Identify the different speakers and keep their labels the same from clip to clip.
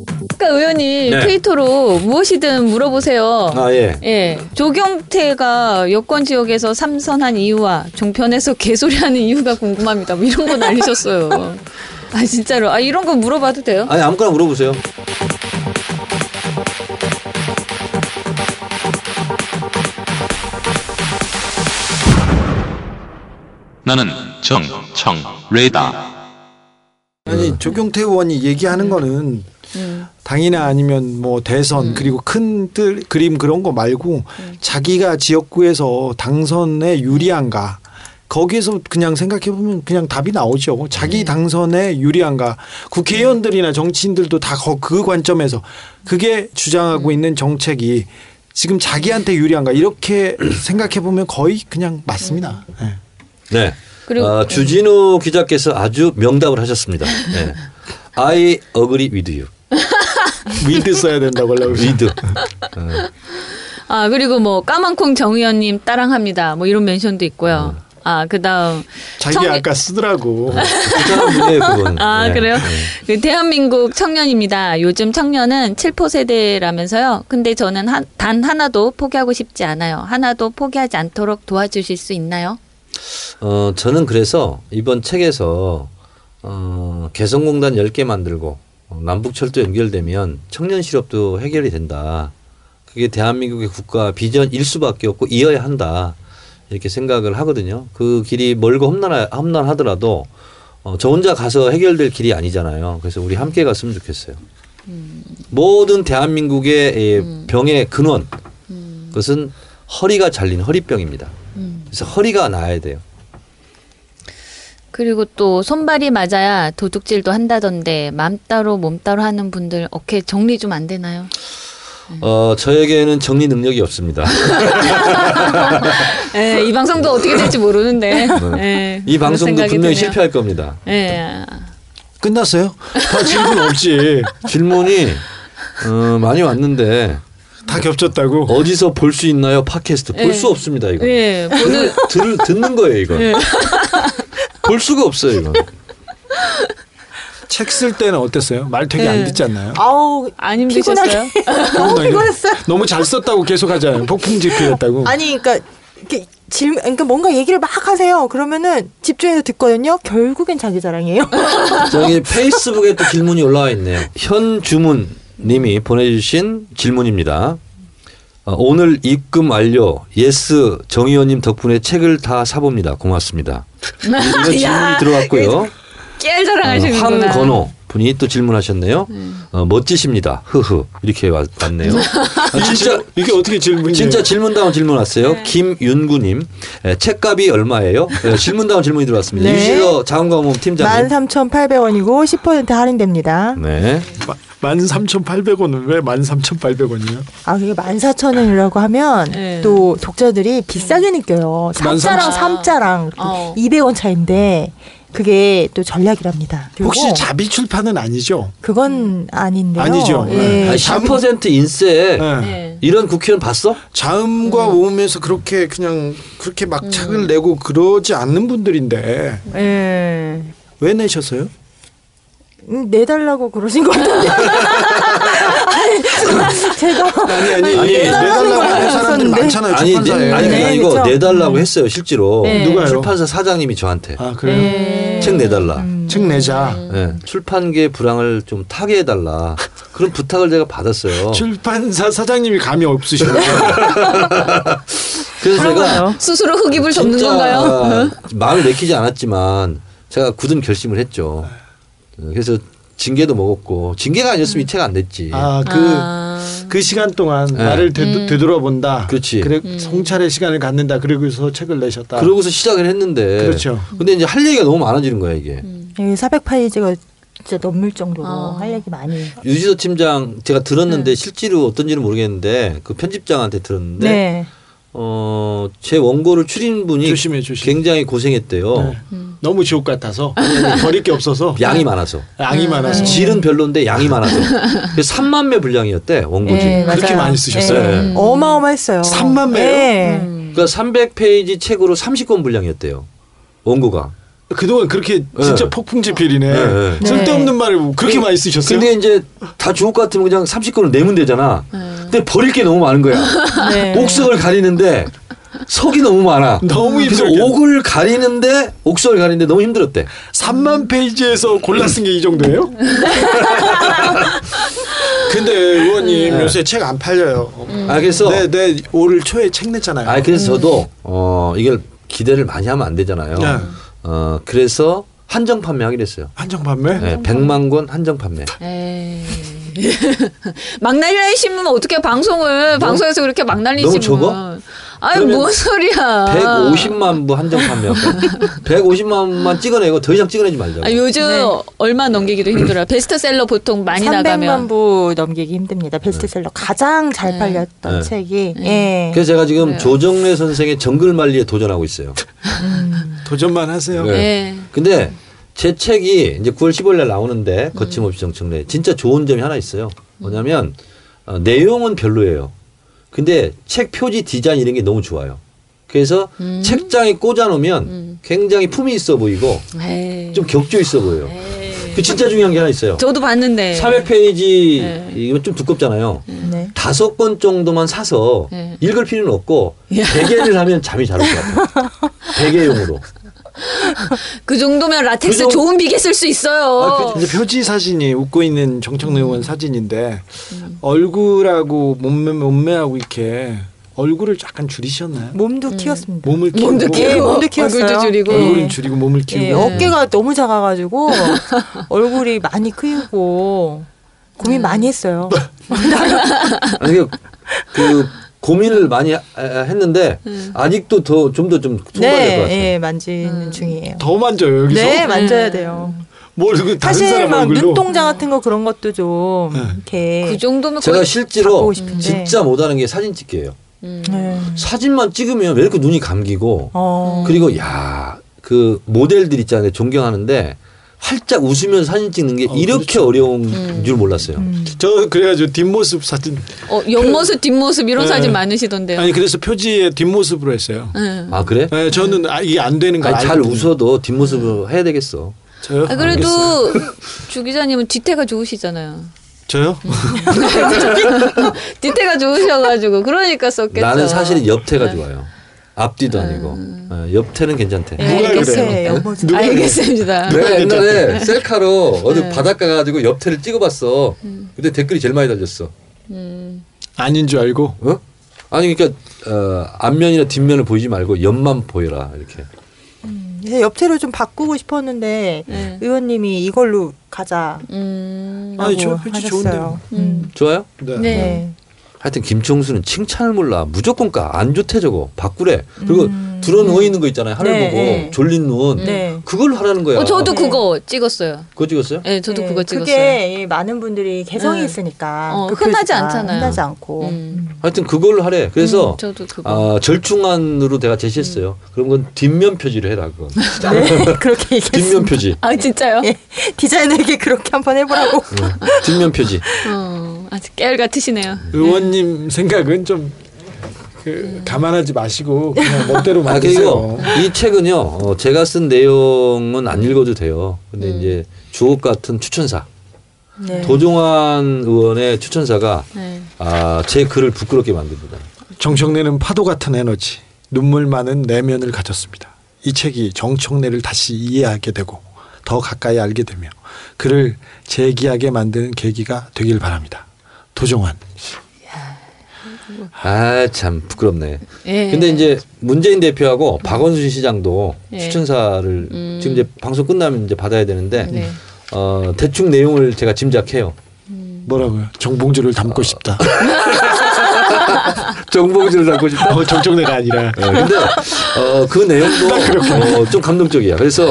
Speaker 1: 아까 그러니까 의원님
Speaker 2: 네.
Speaker 1: 트위터로 무엇이든 물어보세요.
Speaker 2: 아, 예.
Speaker 1: 예. 조경태가 여권 지역에서 삼선한 이유와 종편에서 개소리하는 이유가 궁금합니다. 뭐 이런 거 날리셨어요. 아 진짜로. 아 이런 거 물어봐도 돼요?
Speaker 2: 아니, 아무거나 물어보세요.
Speaker 3: 나는 정청 레이다.
Speaker 4: 아니
Speaker 2: 음.
Speaker 4: 조경태 의원이 얘기하는 거는
Speaker 1: 음.
Speaker 4: 당이나 아니면 뭐 대선 그리고 큰 틀 그림 그런 거 말고
Speaker 1: 음.
Speaker 4: 자기가 지역구에서 당선에 유리한가 거기에서 그냥 생각해 보면 그냥 답이 나오죠.
Speaker 1: 음.
Speaker 4: 자기 당선에 유리한가 국회의원들이나 정치인들도 다 그 관점에서 그게 주장하고 있는 정책이 지금 자기한테 유리한가 이렇게 생각해 보면 거의 그냥 맞습니다. 네.
Speaker 2: 네.
Speaker 1: 그리고-
Speaker 2: 아, 주진우 기자께서 아주 명답을 하셨습니다. 네. I agree with you.
Speaker 4: 위드 써야 된다고 하려고 그랬어요.
Speaker 2: with.
Speaker 1: 아 그리고 뭐 까만콩 정 의원님 따랑합니다. 뭐 이런 멘션도 있고요. 아 그다음
Speaker 4: 자기
Speaker 1: 청-
Speaker 4: 아까 쓰더라고.
Speaker 2: 괜찮은 분이에요, 그건.
Speaker 1: 아,
Speaker 2: 네.
Speaker 1: 그래요? 그 대한민국 청년입니다. 요즘 청년은 7포 세대라면서요. 근데 저는 한- 단 하나도 포기하고 싶지 않아요. 하나도 포기하지 않도록 도와주실 수 있나요?
Speaker 2: 어, 저는 그래서 이번 책에서 어, 개성공단 10개 만들고 어, 남북철도 연결되면 청년 실업도 해결이 된다. 그게 대한민국의 국가 비전일 수밖에 없고 이어야 한다. 이렇게 생각을 하거든요. 그 길이 멀고 험난하, 험난하더라도 어, 저 혼자 가서 해결될 길이 아니잖아요. 그래서 우리 함께 갔으면 좋겠어요. 모든 대한민국의 예, 병의 근원 그것은 허리가 잘린 허리병입니다. 그래서 허리가 나야 돼요.
Speaker 1: 그리고 또 손발이 맞아야 도둑질도 한다던데 맘 따로 몸 따로 하는 분들 어깨 정리 좀 안 되나요?
Speaker 2: 어, 저에게는 정리 능력이 없습니다.
Speaker 1: 예, 이 방송도 어떻게 될지 모르는데. 예,
Speaker 2: 네. 이
Speaker 1: 그런
Speaker 2: 방송도
Speaker 1: 생각이
Speaker 2: 분명히
Speaker 1: 드네요.
Speaker 2: 실패할 겁니다.
Speaker 1: 예.
Speaker 4: 끝났어요? 다 질문 없지.
Speaker 2: 질문이 어, 많이 왔는데
Speaker 4: 다 겹쳤다고.
Speaker 2: 어디서 볼 수 있나요? 팟캐스트 볼 수 없습니다 이거.
Speaker 1: 예.
Speaker 2: 오늘 들, 듣는 거예요 이거. 볼 수가 없어요 이거.
Speaker 4: 책 쓸 때는 어땠어요? 말 되게 안 듣지 않나요?
Speaker 5: 네. 아우
Speaker 1: 안 힘드셨어요?
Speaker 5: 피곤하게. 너무 피곤했어요.
Speaker 4: 너무 잘 썼다고 계속 하잖아요. 폭풍 집필했다고.
Speaker 5: 아니 그러니까 이렇게 질 그러니까 뭔가 얘기를 막 하세요. 그러면은 집중해서 듣거든요. 결국엔 자기 자랑이에요.
Speaker 2: 저기 페이스북에 또 질문이 올라와 있네요. 현주문 님이 보내주신 질문입니다. 어, 오늘 입금 완료. 예스 정 의원님 덕분에 책을 다 사봅니다. 고맙습니다. 이런 질문이 들어왔고요.
Speaker 1: 깨알 자랑하시는구나.
Speaker 2: 황건호 분이 또 질문하셨네요. 어, 멋지십니다. 흐흐 이렇게 왔- 왔네요. 아, 진짜
Speaker 4: 이게 어떻게 질문이에요?
Speaker 2: 진짜 질문다운 질문 왔어요. 김윤구님 예, 책값이 얼마예요? 예, 질문다운 질문이 들어왔습니다.
Speaker 5: 네.
Speaker 2: 유시어 자원광범 팀장님.
Speaker 5: 13,800원이고 10% 할인됩니다.
Speaker 2: 네.
Speaker 4: 13,800원은 왜 13,800원이에요?
Speaker 5: 아, 그게 14,000원이라고 하면
Speaker 1: 네. 아.
Speaker 5: 또 독자들이 비싸게 느껴요.
Speaker 4: 13,000.
Speaker 5: 3자랑 3자랑
Speaker 1: 어.
Speaker 5: 200원 차인데 그게 또 전략이랍니다. 그리고
Speaker 4: 혹시 자비 출판은 아니죠?
Speaker 5: 그건 아닌데요.
Speaker 4: 아니죠.
Speaker 5: 예.
Speaker 2: 네. 아니, 10% 인세
Speaker 4: 네.
Speaker 1: 예.
Speaker 2: 이런 국회의원 봤어?
Speaker 4: 자음과 음. 모음에서 그렇게 그냥 그렇게 막 책을 내고 그러지 않는 분들인데
Speaker 5: 예.
Speaker 4: 왜 내셨어요?
Speaker 5: 음, 내달라고 그러신 것 같은데. 아니, 제가
Speaker 4: 아니 아니,
Speaker 2: 아니,
Speaker 4: 내달라고 하는 사람들
Speaker 5: 있었는데.
Speaker 4: 많잖아요.
Speaker 2: 아니, 내,
Speaker 4: 출판사에.
Speaker 2: 아니 그게
Speaker 5: 네,
Speaker 2: 아니고
Speaker 5: 그렇죠.
Speaker 2: 내달라고 했어요 실제로
Speaker 1: 네.
Speaker 4: 누가요?
Speaker 2: 출판사 사장님이 저한테
Speaker 4: 아 그래요?
Speaker 2: 책 내달라.
Speaker 4: 책 내자.
Speaker 2: 예, 출판계 불황을 좀 타게 해달라 그런 부탁을 제가 받았어요.
Speaker 4: 출판사 사장님이 감이 없으시네요.
Speaker 2: 그래서 제가
Speaker 1: 스스로 흑입을 접는
Speaker 2: 진짜
Speaker 1: 건가요?
Speaker 2: 마음을 내키지 않았지만 제가 굳은 결심을 했죠. 예, 그래서 징계도 먹었고 징계가 아니었으면 이 책 안 냈지.
Speaker 4: 아, 음. 그,
Speaker 1: 아.
Speaker 4: 그 시간 동안
Speaker 2: 예. 네.
Speaker 4: 나를 되도, 되돌아본다.
Speaker 2: 그렇지.
Speaker 4: 래 성찰의 시간을 갖는다. 그러고서 책을 내셨다.
Speaker 2: 그러고서 시작을 했는데.
Speaker 4: 그렇죠.
Speaker 2: 근데 이제 할 얘기가 너무 많아지는 거야 이게.
Speaker 5: 예, 400페이지가 진짜 넘을 정도로
Speaker 1: 아.
Speaker 5: 할 얘기 많이.
Speaker 2: 유지도 팀장 제가 들었는데 실제로 어떤지는 모르겠는데 그 편집장한테 들었는데
Speaker 5: 네.
Speaker 2: 어제 원고를 추린 분이
Speaker 4: 조심해, 조심해.
Speaker 2: 굉장히 고생했대요.
Speaker 4: 네. 너무 지옥 같아서 버릴 게 없어서
Speaker 2: 양이 많아서.
Speaker 4: 양이 많아서
Speaker 2: 질은 별론데 양이 많아서. 그래서 3만 매 분량이었대 원고지.
Speaker 5: 예, 맞아요.
Speaker 6: 음.
Speaker 4: 그렇게 많이 쓰셨어요?
Speaker 5: 예. 어마어마했어요.
Speaker 4: 삼만 매요?
Speaker 5: 예.
Speaker 1: 음.
Speaker 2: 그러니까 300페이지 책으로 30권 분량이었대요. 원고가.
Speaker 4: 그동안 그렇게 진짜
Speaker 2: 네.
Speaker 4: 폭풍지필이네.
Speaker 2: 네,
Speaker 5: 네.
Speaker 4: 쓸데없는 말을 그렇게 많이 쓰셨어요?
Speaker 2: 근데 이제 다 좋을 것 같으면 그냥 30권을 내면 되잖아. 근데 버릴 게 너무 많은 거야.
Speaker 4: 아,
Speaker 5: 네.
Speaker 2: 옥석을 가리는데 석이 너무 많아.
Speaker 4: 너무
Speaker 2: 그래서
Speaker 4: 힘들겠다.
Speaker 2: 옥을 가리는데 옥석을 가리는데 너무 힘들었대.
Speaker 4: 3만 페이지에서 골라 쓴 게 이 정도예요? 근데 의원님
Speaker 6: 네.
Speaker 4: 요새 책 안 팔려요.
Speaker 2: 아 그래서
Speaker 4: 네, 네 올 초에 책 냈잖아요.
Speaker 2: 아 그래서 저도 어 이걸 기대를 많이 하면 안 되잖아요.
Speaker 4: 네.
Speaker 2: 어 그래서 한정 판매하기로 했어요.
Speaker 4: 한정 판매?
Speaker 2: 네, 100만 권 한정 판매.
Speaker 6: 에이. 막 날리시면 어떻게 방송을 방송에서 그렇게 막 날리시면
Speaker 2: 뭐? 너무 적어?
Speaker 6: 아니
Speaker 2: 그러면
Speaker 6: 뭔 소리야?
Speaker 2: 150만 부 한정 판매하고 150만만 찍어내고 더 이상 찍어내지 말자고.
Speaker 6: 아, 요즘
Speaker 5: 네.
Speaker 6: 얼마 넘기기도 힘들어요. 베스트셀러 보통 많이
Speaker 5: 300만
Speaker 6: 나가면
Speaker 5: 부 넘기기 힘듭니다. 베스트셀러 가장 잘
Speaker 6: 네.
Speaker 5: 팔렸던
Speaker 2: 네.
Speaker 5: 책이. 예.
Speaker 2: 그래서 제가 지금
Speaker 6: 그래요.
Speaker 2: 조정래 선생의 정글 말리에 도전하고 있어요.
Speaker 4: 도전만 하세요.
Speaker 2: 네.
Speaker 6: 예.
Speaker 2: 근데 제 책이 이제 9월 15일 날 나오는데 거침없이 정청래 진짜 좋은 점이 하나 있어요. 뭐냐면 어, 내용은 별로예요. 근데 책 표지 디자인 이런 게 너무 좋아요. 그래서
Speaker 6: 음.
Speaker 2: 책장에 꽂아놓으면 굉장히 품이 있어 보이고
Speaker 6: 네. 에이.
Speaker 2: 좀 격조 있어 보여요.
Speaker 6: 에이.
Speaker 2: 그 진짜 중요한 게 하나 있어요.
Speaker 6: 저도 봤는데.
Speaker 2: 400페이지
Speaker 6: 네.
Speaker 2: 이건 좀 두껍잖아요.
Speaker 5: 네.
Speaker 2: 다섯 권 정도만 사서
Speaker 6: 네.
Speaker 5: 예.
Speaker 2: 읽을 필요는 없고 베개를 하면 잠이 잘 올 것 같아요. 베개용으로.
Speaker 6: 그 정도면 라텍스
Speaker 2: 그 정도-
Speaker 6: 좋은 비계 쓸 수 있어요.
Speaker 4: 아, 그, 이제 표지 사진이 웃고 있는 정청래 의원 사진인데
Speaker 6: 음.
Speaker 4: 얼굴하고 몸매, 몸매하고 이렇게 얼굴을 약간 줄이셨나요?
Speaker 5: 몸도 키웠습니다.
Speaker 4: 몸을 키우고
Speaker 6: 뭐,
Speaker 5: 예,
Speaker 6: 몸도 키우고 네.
Speaker 5: 몸도 키웠어요.
Speaker 6: 음. 얼굴도
Speaker 4: 음.
Speaker 6: 줄이고.
Speaker 4: 네.
Speaker 6: 네.
Speaker 4: 얼굴은 줄이고 몸을 키우고
Speaker 5: 예, 어깨가 너무 작아가지고 얼굴이 많이 크이고 고민
Speaker 6: 네.
Speaker 5: 많이 했어요.
Speaker 4: 네.
Speaker 5: 네.
Speaker 2: 아니 그- 그 고민을 많이 하- 했는데 아직도 더 좀 더 좀 통과될 것 같아요.
Speaker 5: 음. 예, 만지는 중이에요.
Speaker 4: 더 만져요 여기서
Speaker 5: 네, 만져야
Speaker 6: 음.
Speaker 5: 돼요.
Speaker 4: 뭘 그, 다른
Speaker 5: 사실
Speaker 4: 사람 네.
Speaker 5: 막
Speaker 4: 얼굴로
Speaker 5: 눈동자 같은 거 그런 것도 좀 이렇게
Speaker 6: 그 정도면
Speaker 2: 아, 제가
Speaker 6: 거의
Speaker 2: 실제로
Speaker 5: 바꾸고 싶은데.
Speaker 2: 진짜 못하는 게 사진 찍기예요.
Speaker 6: 음.
Speaker 5: 네.
Speaker 2: 사진만 찍으면 왜 이렇게 눈이 감기고
Speaker 5: 어.
Speaker 2: 그리고 야 그 모델들 있잖아요 존경하는데 활짝 웃으면 사진 찍는 게
Speaker 4: 어,
Speaker 2: 이렇게
Speaker 4: 그렇죠.
Speaker 2: 어려운
Speaker 5: 음.
Speaker 2: 줄 몰랐어요.
Speaker 4: 저 그래가지고 뒷모습 사진
Speaker 6: 어,
Speaker 2: 그-
Speaker 6: 옆모습 뒷모습 이런
Speaker 4: 네.
Speaker 6: 사진 많으시던데요.
Speaker 4: 아니 그래서 표지에 뒷모습으로 했어요.
Speaker 6: 예.
Speaker 2: 아 그래?
Speaker 4: 네, 저는 아, 이게 안 되는 거
Speaker 2: 아니, 잘
Speaker 4: 알거든요.
Speaker 2: 웃어도 뒷모습을 해야 되겠어.
Speaker 4: 저요?
Speaker 6: 아, 그래도 주 기자님은 뒤태가 좋으시잖아요.
Speaker 4: 저요?
Speaker 6: 뒤태가 좋으셔가지고 그러니까 썼겠죠.
Speaker 2: 나는 사실
Speaker 6: 네.
Speaker 2: 옆태가 좋아요.
Speaker 6: 음.
Speaker 2: 앞뒤도 아니고 어, 옆태는 괜찮대.
Speaker 6: 예.
Speaker 4: 누가
Speaker 5: 알겠어요.
Speaker 4: 네.
Speaker 2: 네.
Speaker 4: 그래요?
Speaker 5: 옆모습.
Speaker 4: 누가 그래요?
Speaker 6: 알겠습니다.
Speaker 2: 내가 옛날에 셀카로 어디
Speaker 6: 네.
Speaker 2: 바닷가 가지고 옆태를 찍어봤어.
Speaker 6: 음.
Speaker 2: 근데 댓글이 제일 많이 달렸어.
Speaker 4: 아닌 줄 알고
Speaker 2: 어? 아니 그러니까 어, 앞면이나 뒷면을 보이지 말고 옆만 보여라 이렇게.
Speaker 5: 그래서 네, 옆채로 좀 바꾸고 싶었는데
Speaker 6: 네.
Speaker 5: 의원님이 이걸로 가자.
Speaker 6: 음.
Speaker 4: 아니, 저 표지 좋은데요.
Speaker 6: 음.
Speaker 2: 좋아요?
Speaker 4: 네.
Speaker 6: 네.
Speaker 5: 네.
Speaker 2: 하여튼 김총수는 칭찬을 몰라. 무조건 까. 안 좋대 저거. 바꾸래. 그리고
Speaker 6: 음.
Speaker 2: 드론 누워 있는 거 있잖아요. 하늘
Speaker 5: 네,
Speaker 2: 보고
Speaker 5: 네.
Speaker 2: 졸린 눈.
Speaker 5: 네.
Speaker 2: 그걸 하라는 거야.
Speaker 6: 어, 저도 그거 찍었어요.
Speaker 2: 그거 찍었어요?
Speaker 6: 예, 저도
Speaker 5: 네,
Speaker 6: 그거 찍었어요.
Speaker 5: 그게 이 많은 분들이 개성이
Speaker 6: 네.
Speaker 5: 있으니까
Speaker 6: 어,
Speaker 5: 그
Speaker 6: 흔하지
Speaker 5: 표지가
Speaker 6: 않잖아요.
Speaker 5: 흔하지 않고
Speaker 6: 음.
Speaker 2: 하여튼 그걸 하래. 그래서
Speaker 6: 음, 저도 그거.
Speaker 2: 아, 절충안으로 내가 제시했어요.
Speaker 6: 음.
Speaker 2: 그럼 그건 뒷면 표지를 해라 그건.
Speaker 5: 네, 그렇게 얘기했어요.
Speaker 2: 뒷면 표지.
Speaker 6: 아 진짜요?
Speaker 5: 디자이너에게 그렇게 한번 해보라고.
Speaker 4: 음.
Speaker 2: 뒷면 표지.
Speaker 6: 어, 아주 깨알 같으시네요.
Speaker 4: 의원님 생각은 좀 그, 감안하지 마시고 그냥 멋대로
Speaker 2: 아, 그리고
Speaker 4: 만드세요.
Speaker 2: 이 책은요, 어, 제가 쓴 내용은 안 읽어도 돼요. 근데
Speaker 6: 음.
Speaker 2: 이제 주옥 같은 추천사.
Speaker 5: 네.
Speaker 2: 도종환 의원의 추천사가
Speaker 6: 네.
Speaker 2: 아, 제 글을 부끄럽게 만듭니다.
Speaker 4: 정청래는 파도 같은 에너지, 눈물 많은 내면을 가졌습니다. 이 책이 정청래를 다시 이해하게 되고 더 가까이 알게 되며 그를 재기하게 만드는 계기가 되길 바랍니다. 도종환.
Speaker 2: 아, 참 부끄럽네.
Speaker 6: 예.
Speaker 2: 근데 이제 문재인 대표하고 박원순 시장도
Speaker 6: 예. 음.
Speaker 2: 추천사를 지금 이제 방송 끝나면 이제 받아야 되는데
Speaker 6: 네.
Speaker 2: 어, 대충 내용을 제가 짐작해요.
Speaker 4: 뭐라고요? 정봉주를 닮고 싶다.
Speaker 2: 정봉주를 담고 싶다.
Speaker 4: 어, 정청래가 아니라.
Speaker 2: 네, 근데 어, 그 내용도 어, 좀 감동적이야. 그래서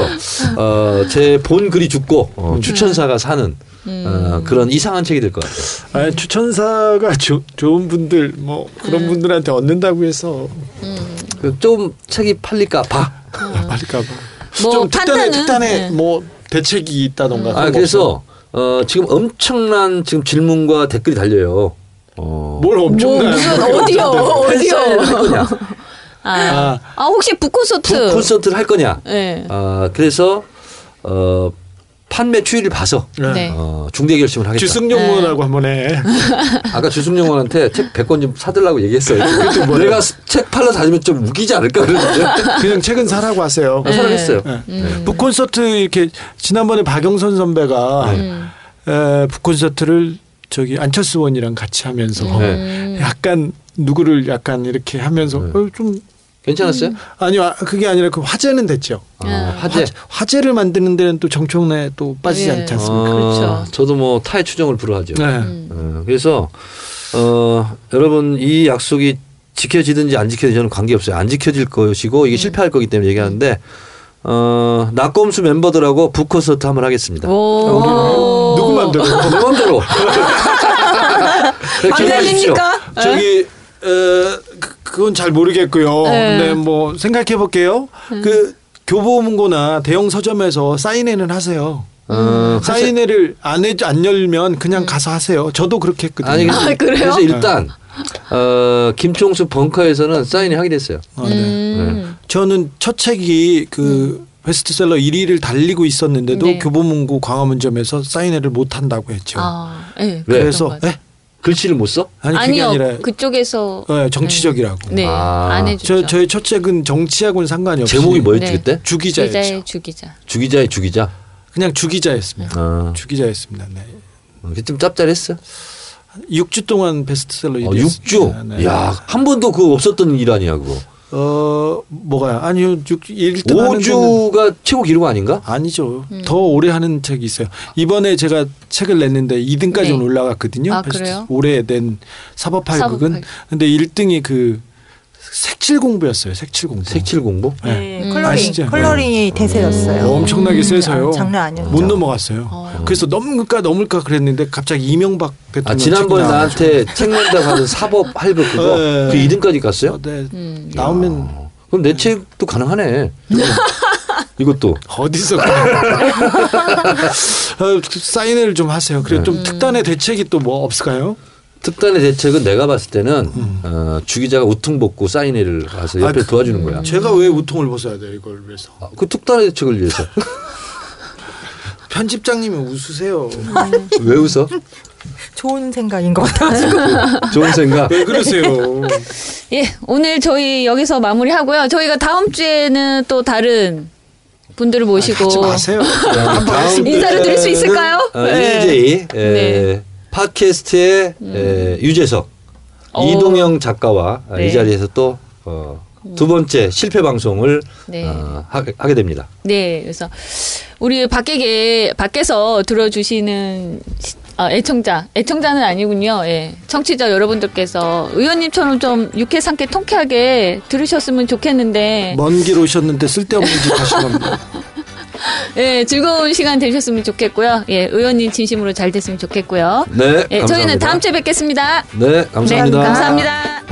Speaker 2: 어, 제 본 글이 죽고 어, 추천사가 사는
Speaker 6: 음.
Speaker 2: 어, 그런 이상한 책이 될 것 같아요.
Speaker 4: 아, 추천사가 조- 좋은 분들 뭐 그런
Speaker 6: 네.
Speaker 4: 분들한테 얻는다고 해서
Speaker 6: 음.
Speaker 2: 그좀 책이 팔릴까 봐.
Speaker 4: 말까 봐.
Speaker 6: 뭐
Speaker 4: 좀 특단의
Speaker 6: 판단은,
Speaker 4: 특단의
Speaker 6: 예.
Speaker 4: 뭐 대책이 있다던가.
Speaker 2: 아,
Speaker 4: 그런 거
Speaker 2: 그래서 어, 지금 엄청난 지금 질문과 댓글이 달려요. 어,
Speaker 4: 뭘
Speaker 6: 뭐
Speaker 4: 엄청나요?
Speaker 6: 무슨 어디요? 어디요?
Speaker 2: 그냥
Speaker 6: 아,
Speaker 4: 그 아,
Speaker 6: 아, 혹시 북콘서트?
Speaker 2: 푸- 콘서트를 할 거냐.
Speaker 6: 네.
Speaker 2: 아, 그래서 어, 판매 추이를 봐서
Speaker 4: 네.
Speaker 6: 네.
Speaker 2: 어, 중대 결심을 하겠다.
Speaker 4: 주승용
Speaker 6: 네.
Speaker 4: 의원하고 한번 해.
Speaker 2: 아까 주승용 의원한테 책 100권 좀 사들라고 얘기했어요. 내가 책 팔러 다니면 좀 웃기지 않을까 그러는데
Speaker 4: 그냥 책은 사라고 하세요.
Speaker 2: 아, 사랑했어요.
Speaker 4: 네.
Speaker 6: 음.
Speaker 4: 북콘서트 이렇게 지난번에 박영선
Speaker 2: 아,
Speaker 4: 선배가
Speaker 2: 네.
Speaker 6: 음.
Speaker 4: 에, 북콘서트를 저기 안철수 의원이랑 같이 하면서
Speaker 2: 네.
Speaker 4: 약간 누구를 약간 이렇게 하면서 어, 좀
Speaker 2: 괜찮았어요?
Speaker 4: 아니요 아, 그게 아니라 그 화제는 됐죠.
Speaker 2: 아,
Speaker 6: 음.
Speaker 2: 화제.
Speaker 4: 화제, 를 만드는 데는 또 정청래 또 빠지지
Speaker 6: 예.
Speaker 4: 않지
Speaker 2: 아,
Speaker 4: 않습니까?
Speaker 6: 그렇죠.
Speaker 2: 저도 뭐 타의 추정을 불허하죠.
Speaker 4: 네.
Speaker 2: 어, 그래서 어, 여러분 이 약속이 지켜지든지 안 지켜지든지 저는 관계없어요. 안 지켜질 것이고 이게 실패할 거기 때문에 얘기하는데 어, 낙검수 멤버들하고 북콘서트 한번 하겠습니다.
Speaker 6: 오.
Speaker 4: 누구 맘대로?
Speaker 2: 내 맘대로.
Speaker 6: 아.
Speaker 2: 네, 기대해 주십시오.
Speaker 6: 방탄입니까?
Speaker 4: 저기 어, 그- 그건 잘 모르겠고요.
Speaker 6: 네. 음.
Speaker 4: 근데 뭐 생각해 볼게요. 그 교보문고나 대형 서점에서 사인회는 하세요.
Speaker 6: 음.
Speaker 2: 어,
Speaker 4: 사인회를 안, 해, 안 열면 그냥 가서 하세요. 저도 그렇게 했거든요.
Speaker 2: 아니
Speaker 6: 아, 그래요?
Speaker 2: 래서 일단 어, 김총수 벙커에서는 사인을 하기로 했어요.
Speaker 4: 어, 네.
Speaker 6: 음.
Speaker 4: 저는 첫 책이 그 베스트셀러 1위를 달리고 있었는데도
Speaker 6: 네.
Speaker 4: 교보문고 광화문점에서 사인회를 못 한다고 했죠.
Speaker 6: 아, 예.
Speaker 2: 왜?
Speaker 4: 그래서
Speaker 6: 그런 거
Speaker 4: 에?
Speaker 2: 글씨를 못 써?
Speaker 4: 아니 그게
Speaker 6: 아니요,
Speaker 4: 아니라
Speaker 6: 그쪽에서
Speaker 4: 예, 정치적이라고.
Speaker 6: 네,
Speaker 2: 아.
Speaker 6: 안
Speaker 4: 저
Speaker 6: 해주죠.
Speaker 4: 저의 첫 책은 정치하고는 상관이 없이
Speaker 2: 제목이 뭐였지
Speaker 6: 네.
Speaker 2: 그때?
Speaker 4: 주기자였죠.
Speaker 6: 기자의 주기자.
Speaker 2: 주기자의 주기자.
Speaker 4: 그냥 주기자였습니다.
Speaker 2: 어,
Speaker 4: 주기자였습니다. 네.
Speaker 2: 그게 좀 짭짤했어. 요
Speaker 4: 6주 동안 베스트셀러 1위.
Speaker 2: 어, 6주.
Speaker 4: 네.
Speaker 2: 야, 한 번도 그거 없었던 일 아니야, 그거.
Speaker 4: 어, 뭐가요? 아니요. 6 1등 하는 데는
Speaker 2: 5주가 최고 기록 아닌가?
Speaker 4: 아니죠.
Speaker 6: 음.
Speaker 4: 더 오래 하는 책이 있어요. 이번에 제가 책을 냈는데 2등까지는
Speaker 6: 네.
Speaker 4: 올라갔거든요.
Speaker 6: 아,
Speaker 4: 베스트-
Speaker 6: 그래요?
Speaker 4: 올해 낸 사법팔국은.
Speaker 6: 사법팔국.
Speaker 4: 근데 1등이 그 색칠 공부였어요. 색칠 공부.
Speaker 2: 색칠 공부?
Speaker 5: 네,
Speaker 6: 음.
Speaker 5: 컬러링
Speaker 4: 아시죠? 음.
Speaker 5: 컬러링이 대세였어요.
Speaker 4: 엄청나게 세서요.
Speaker 5: 네.
Speaker 4: 뭐
Speaker 5: 아, 장난 아니었죠.
Speaker 4: 못 넘어갔어요.
Speaker 6: 어.
Speaker 4: 그래서 넘을까 넘을까 그랬는데 갑자기 이명박
Speaker 2: 아,
Speaker 4: 대통령
Speaker 2: 지난번에
Speaker 4: 책이 나와가지고.
Speaker 2: 나한테 책 낸다 가는 사법 할거 그거.
Speaker 4: 네.
Speaker 2: 그 2등까지 갔어요?
Speaker 4: 어, 네.
Speaker 6: 음.
Speaker 4: 나오면
Speaker 2: 어, 그럼 내 책도 가능하네. 이것도.
Speaker 4: 어디서 어, 사인을 좀 하세요. 그리고
Speaker 6: 네.
Speaker 4: 좀 특단의 대책이 또 뭐 없을까요?
Speaker 2: 특단의 대책은 내가 봤을 때는 어, 주기자가 우퉁 벗고 사인회를 가서 옆에
Speaker 4: 아, 그-
Speaker 2: 도와주는 거야.
Speaker 4: 제가 왜 우통을 벗어야 돼요 이걸 위해서?
Speaker 2: 아, 그 특단의 대책을 위해서.
Speaker 4: 편집장님이 웃으세요.
Speaker 2: 왜 웃어?
Speaker 5: 좋은 생각인 것 같아가지고.
Speaker 2: 좋은 생각.
Speaker 4: 왜 그러세요?
Speaker 6: 예, 오늘 저희 여기서 마무리하고요. 저희가 다음 주에는 또 다른 분들을 모시고
Speaker 4: 하지 마세요. 한번
Speaker 2: 다음
Speaker 4: 했습니다.
Speaker 6: 인사를 드릴 수 있을까요?
Speaker 2: 어,
Speaker 6: 네.
Speaker 2: EJ 에,
Speaker 6: 네. 음.
Speaker 2: 팟캐스트의 에, 유재석
Speaker 6: 어.
Speaker 2: 이동영 작가와 아,
Speaker 6: 네. 음.
Speaker 2: 이 자리에서 또 어, 두 번째 실패 방송을
Speaker 6: 네.
Speaker 2: 어, 하, 하게 됩니다.
Speaker 6: 네, 그래서 우리 밖에 밖에서 들어주시는 시- 아, 애청자, 애청자는 아니군요. 예, 청취자 여러분들께서 의원님처럼 좀 유쾌상쾌 통쾌하게 들으셨으면 좋겠는데,
Speaker 4: 먼 길 오셨는데 쓸데없는 짓 하신 겁니다.
Speaker 6: 예, 즐거운 시간 되셨으면 좋겠고요. 예, 의원님 진심으로 잘 됐으면 좋겠고요.
Speaker 2: 네,
Speaker 6: 예, 저희는 다음 주에 뵙겠습니다.
Speaker 2: 네, 감사합니다.
Speaker 6: 네, 감사합니다.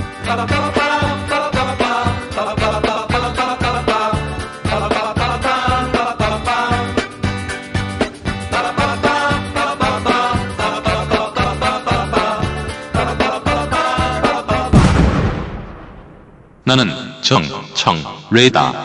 Speaker 3: 나는 정청 레이다.